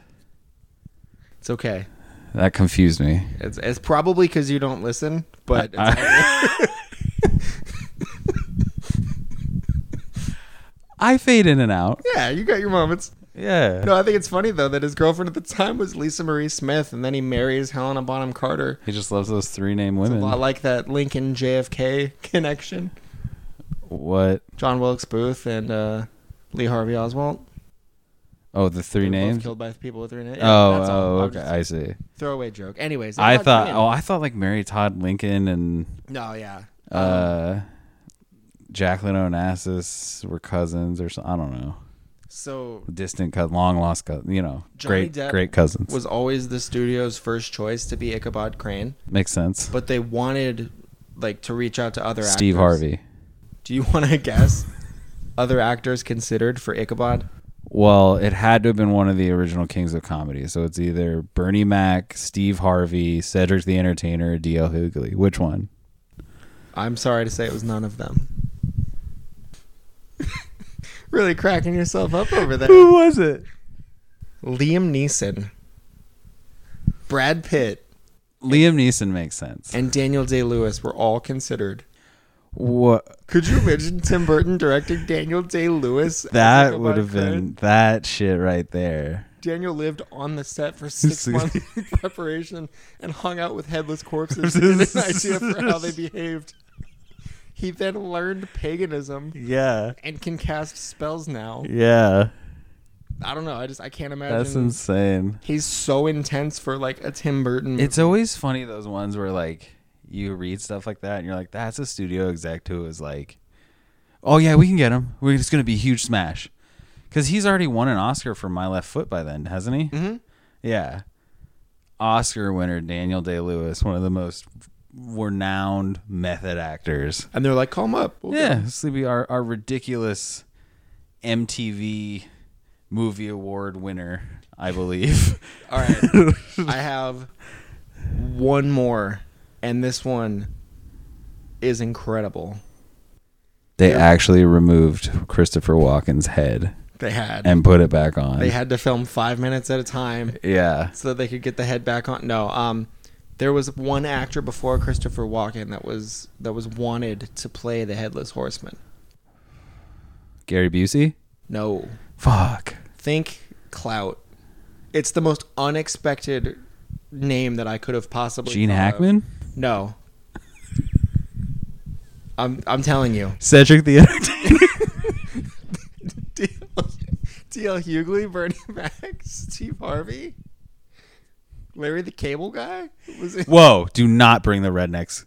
Speaker 2: It's okay.
Speaker 1: that confused me.
Speaker 2: It's, it's probably because you don't listen, but it's
Speaker 1: I fade in and out.
Speaker 2: yeah, you got your moments.
Speaker 1: Yeah.
Speaker 2: No, I think it's funny though that his girlfriend at the time was Lisa Marie Smith, and then he marries Helena Bonham Carter.
Speaker 1: He just loves those three name
Speaker 2: I
Speaker 1: women.
Speaker 2: like that Lincoln JFK connection.
Speaker 1: What?
Speaker 2: John Wilkes Booth and uh, Lee Harvey Oswald.
Speaker 1: Oh, the three
Speaker 2: They were both
Speaker 1: names.
Speaker 2: killed by people with three names.
Speaker 1: oh,
Speaker 2: that's all.
Speaker 1: oh,
Speaker 2: I was
Speaker 1: okay.
Speaker 2: just-
Speaker 1: I see.
Speaker 2: Throwaway joke. Anyways,
Speaker 1: I
Speaker 2: about
Speaker 1: thought.
Speaker 2: Quinn.
Speaker 1: Oh, I thought like Mary Todd Lincoln and
Speaker 2: no, yeah. Oh.
Speaker 1: uh, Jacqueline Onassis were cousins or something. I don't know.
Speaker 2: So
Speaker 1: Distant, cous- long lost cousins. You know,
Speaker 2: Johnny
Speaker 1: great,
Speaker 2: Depp
Speaker 1: great cousins.
Speaker 2: was always the studio's first choice to be Ichabod Crane,
Speaker 1: Makes sense.
Speaker 2: but they wanted like to reach out to other
Speaker 1: Steve
Speaker 2: actors.
Speaker 1: Harvey.
Speaker 2: Do you want to guess other actors considered for Ichabod?
Speaker 1: Well, it had to have been one of the original kings of comedy. So it's either Bernie Mac, Steve Harvey, Cedric the Entertainer, or D.L. Hughley. Which one?
Speaker 2: I'm sorry to say it was none of them. really cracking yourself up over there.
Speaker 1: was it?
Speaker 2: Liam Neeson, Brad Pitt,
Speaker 1: Liam Neeson makes sense.
Speaker 2: and Daniel Day Lewis were all considered.
Speaker 1: What
Speaker 2: Could you imagine Tim Burton directing Daniel Day Lewis? as
Speaker 1: that
Speaker 2: Ichabod
Speaker 1: would have
Speaker 2: Crane?
Speaker 1: been that shit right there.
Speaker 2: Daniel lived on the set for six
Speaker 1: Six-
Speaker 2: months in preparation and hung out with headless corpses to get an idea for how they behaved. He then learned paganism
Speaker 1: Yeah.
Speaker 2: and can cast spells now.
Speaker 1: Yeah.
Speaker 2: I don't know. I just I can't imagine.
Speaker 1: That's insane.
Speaker 2: He's so intense for like a Tim Burton.
Speaker 1: It's always funny those ones where like you read stuff like that and you're like, that's a studio exec who is like, oh yeah, we can get him. We're just gonna be a huge smash, because he's already won an Oscar for My Left Foot by then, hasn't he?
Speaker 2: Mhm.
Speaker 1: Yeah. Oscar winner Daniel Day Lewis, one of the most renowned method actors.
Speaker 2: and they're like, call him up. We'll go."
Speaker 1: Yeah, Sleepy, our our ridiculous MTV movie award winner, I believe.
Speaker 2: All right. I have one more, and this one is incredible.
Speaker 1: They actually removed Christopher Walken's head
Speaker 2: They had
Speaker 1: and put it back on.
Speaker 2: they had to film five minutes at a time.
Speaker 1: yeah.
Speaker 2: so that they could get the head back on. No, um, there was one actor before Christopher Walken that was that was wanted to play the headless horseman.
Speaker 1: Gary Busey?
Speaker 2: No,
Speaker 1: Fuck.
Speaker 2: think clout. It's the most unexpected name that I could have possibly.
Speaker 1: Gene
Speaker 2: thought of.
Speaker 1: Hackman?
Speaker 2: No. I'm I'm telling you.
Speaker 1: Cedric the Entertainer?
Speaker 2: DL Hughley, Bernie Mac, Steve Harvey, Larry the Cable Guy. Was it?
Speaker 1: Whoa, do not bring the rednecks,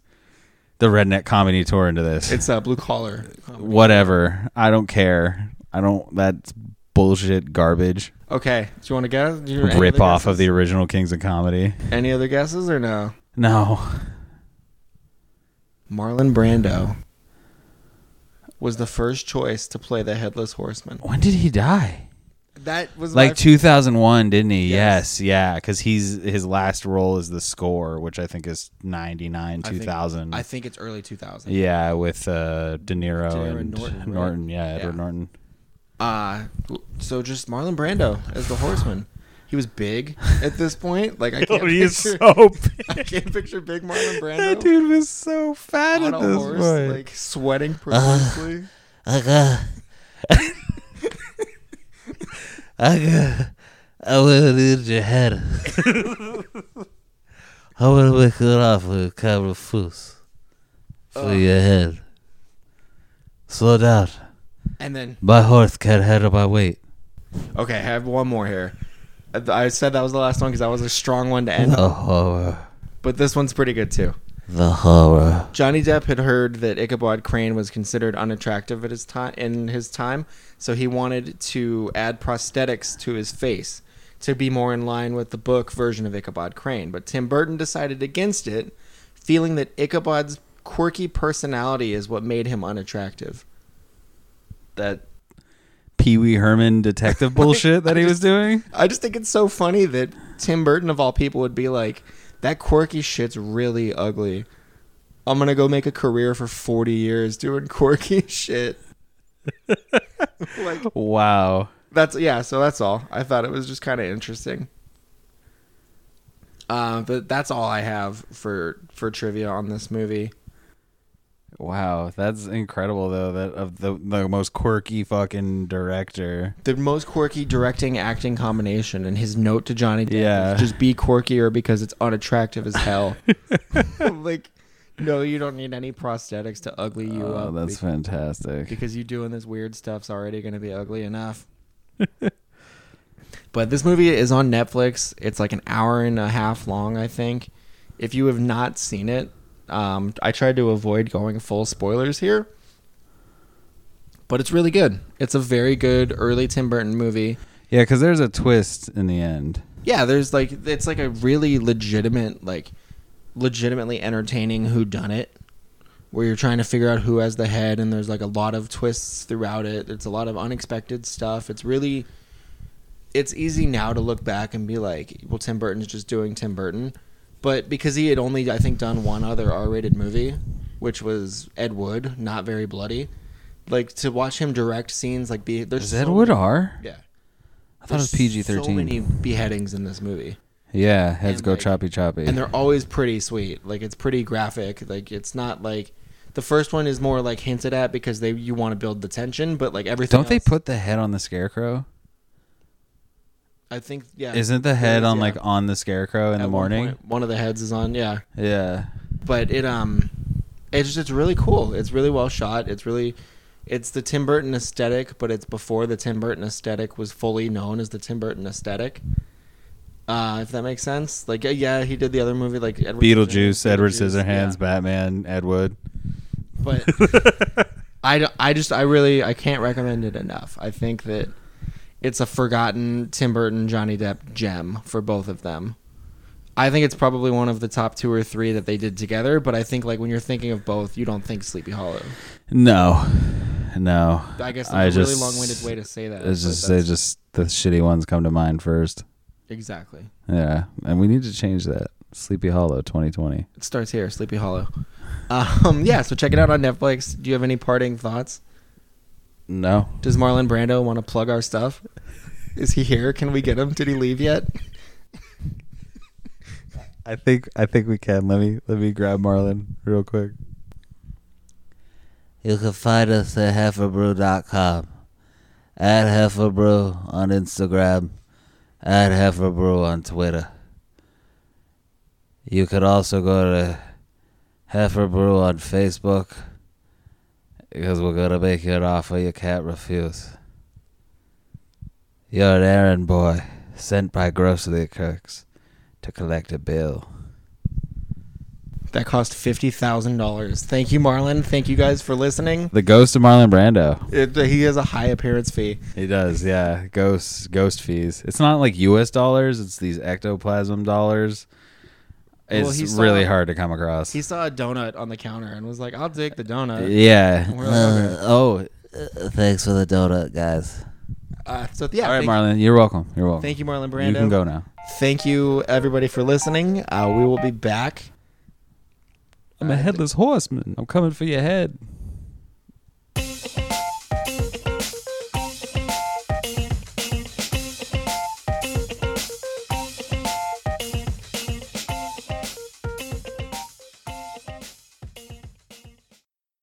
Speaker 1: the redneck comedy tour into this.
Speaker 2: It's a blue collar. comedy.
Speaker 1: Whatever. I don't care. I don't, that's bullshit garbage.
Speaker 2: Okay. Do you want to guess? Do you
Speaker 1: Rip off of the original Kings of Comedy.
Speaker 2: Any other guesses or no?
Speaker 1: No.
Speaker 2: Marlon Brando was the first choice to play the headless horseman.
Speaker 1: When did he die?
Speaker 2: That was my-
Speaker 1: Like 2001, didn't he?
Speaker 2: Yes.
Speaker 1: Yes, yeah, because he's his last role is the score, which I think is 99,
Speaker 2: I think-
Speaker 1: 2000.
Speaker 2: I think it's early 2000.
Speaker 1: yeah, with uh, De Niro,
Speaker 2: De Niro
Speaker 1: and,
Speaker 2: and Norton,
Speaker 1: Norton.
Speaker 2: right?
Speaker 1: yeah, Edward
Speaker 2: Yeah.
Speaker 1: Norton.
Speaker 2: Uh so just Marlon Brando as the horseman. He was big at this point. Like I can't picture, I can't picture big Marlon Brando
Speaker 1: dude was so fat
Speaker 2: on a horse, like
Speaker 1: Uh-huh.
Speaker 2: sweating profusely.
Speaker 3: I will eat your head. I will make it off with a camera fools for your head. Slow down.
Speaker 2: and then
Speaker 3: My horse can't handle my weight.
Speaker 2: okay, I have one more here. I I said that was the last one because that was a strong one to end
Speaker 3: The horror.
Speaker 2: But this one's pretty good too.
Speaker 3: The horror.
Speaker 2: Johnny Depp had heard that Ichabod Crane was considered unattractive at his time in his time, so he wanted to add prosthetics to his face to be more in line with the book version of Ichabod Crane. But Tim Burton decided against it, feeling that Ichabod's quirky personality is what made him unattractive.
Speaker 1: that Pee Wee Herman
Speaker 2: Oh
Speaker 1: detective bullshit that he was doing.
Speaker 2: I just think it's so funny that Tim Burton of all people would be like, that quirky shit's really ugly. I'm gonna go make a career for 40 years doing quirky shit. like
Speaker 1: Wow.
Speaker 2: that's yeah. So that's all. I thought it was just kind of interesting. Uh, but that's all I have for for trivia on this movie.
Speaker 1: Wow, that's incredible though. That of the the most quirky fucking director.
Speaker 2: The most quirky directing acting combination, and his note to Johnny Depp
Speaker 1: Yeah.
Speaker 2: is just be quirkier because it's unattractive as hell. like No, you don't need any prosthetics to ugly you
Speaker 1: Oh,
Speaker 2: up.
Speaker 1: that's
Speaker 2: be-
Speaker 1: fantastic.
Speaker 2: because you doing this weird stuff's already going to be ugly enough. but this movie is on Netflix. It's like an hour and a half long, I think. If you have not seen it, um, I tried to avoid going full spoilers here, but it's really good. It's a very good early Tim Burton movie.
Speaker 1: Yeah, because there's a twist in the end.
Speaker 2: Yeah, there's like it's like a really legitimate, like legitimately entertaining who done it where you're trying to figure out who has the head and there's like a lot of twists throughout it. It's a lot of unexpected stuff. It's really it's easy now to look back and be like, well Tim Burton's just doing Tim Burton. But because he had only I think done one other R-rated movie, which was Ed Wood, not very bloody. Like to watch him direct scenes like be there's
Speaker 1: Is
Speaker 2: so
Speaker 1: Edward
Speaker 2: many-
Speaker 1: R?
Speaker 2: Yeah.
Speaker 1: I thought it was
Speaker 2: There's
Speaker 1: PG thirteen.
Speaker 2: So many beheadings in this movie,
Speaker 1: Yeah, heads
Speaker 2: And,
Speaker 1: go
Speaker 2: like-
Speaker 1: choppy choppy.
Speaker 2: and they're always pretty sweet. Like it's pretty graphic. Like it's not like the first one is more like hinted at because they you want to build the tension, but like everything.
Speaker 1: Don't they
Speaker 2: else-
Speaker 1: put the head on the scarecrow?
Speaker 2: I think yeah.
Speaker 1: Isn't the head
Speaker 2: is,
Speaker 1: on
Speaker 2: yeah.
Speaker 1: like on the scarecrow in
Speaker 2: At
Speaker 1: the
Speaker 2: one
Speaker 1: morning?
Speaker 2: point, one of the heads is on. Yeah,
Speaker 1: Yeah.
Speaker 2: but it um, it's just it's really cool. It's really well shot. It's really. It's the Tim Burton aesthetic, but it's before the Tim Burton aesthetic was fully known as the Tim Burton aesthetic. Uh, if that makes sense, like yeah, he did the other movie like Edward
Speaker 1: Beetlejuice, Edward
Speaker 2: Beetlejuice,
Speaker 1: Scissorhands,
Speaker 2: yeah.
Speaker 1: Batman, Ed Wood.
Speaker 2: but I, d- I just I really I can't recommend it enough. I think that it's a forgotten Tim Burton Johnny Depp gem for both of them. I think it's probably one of the top two or three that they did together. But I think like when you're thinking of both, you don't think Sleepy Hollow.
Speaker 1: No, no.
Speaker 2: I guess that's
Speaker 1: I
Speaker 2: a really
Speaker 1: just-
Speaker 2: long-winded way to say that.
Speaker 1: It's
Speaker 2: but
Speaker 1: just they
Speaker 2: that's-
Speaker 1: just the shitty ones come to mind first.
Speaker 2: exactly.
Speaker 1: Yeah, and we need to change that. Sleepy Hollow 2020.
Speaker 2: It starts here, Sleepy Hollow. Um, yeah, so check it out on Netflix. Do you have any parting thoughts?
Speaker 1: No,
Speaker 2: Does Marlon Brando want to plug our stuff? Is he here? Can we get him? Did he leave yet?
Speaker 1: I think I think we can. Let me let me grab Marlon real quick.
Speaker 3: You can find us at heiferbrew.com, at heiferbrew on Instagram, at heiferbrew on Twitter. You could also go to heiferbrew on Facebook because we're going to make you an offer you can't refuse. You're an errand boy sent by grocery clerks to collect a bill.
Speaker 2: That cost fifty thousand dollars. Thank you, Marlon. Thank you guys for listening.
Speaker 1: The ghost of Marlon Brando.
Speaker 2: It, he has a high appearance fee.
Speaker 1: He does, yeah. Ghost ghost fees. It's not like U.S. dollars. It's these ectoplasm dollars.
Speaker 2: Well, uh,
Speaker 1: It's
Speaker 2: he saw-
Speaker 1: really hard to come across.
Speaker 2: He saw a donut on the counter and was like, "I'll take the donut."
Speaker 1: yeah.
Speaker 2: We're like, okay.
Speaker 3: oh, uh, thanks for the donut, guys.
Speaker 2: Uh, so yeah,
Speaker 1: All right,
Speaker 2: thank,
Speaker 1: Marlon. You're welcome. You're welcome.
Speaker 2: thank you, Marlon Brando.
Speaker 1: You can go now.
Speaker 2: Thank you, everybody, for listening. Uh, we will be back.
Speaker 1: I'm a headless horseman. I'm coming for your head.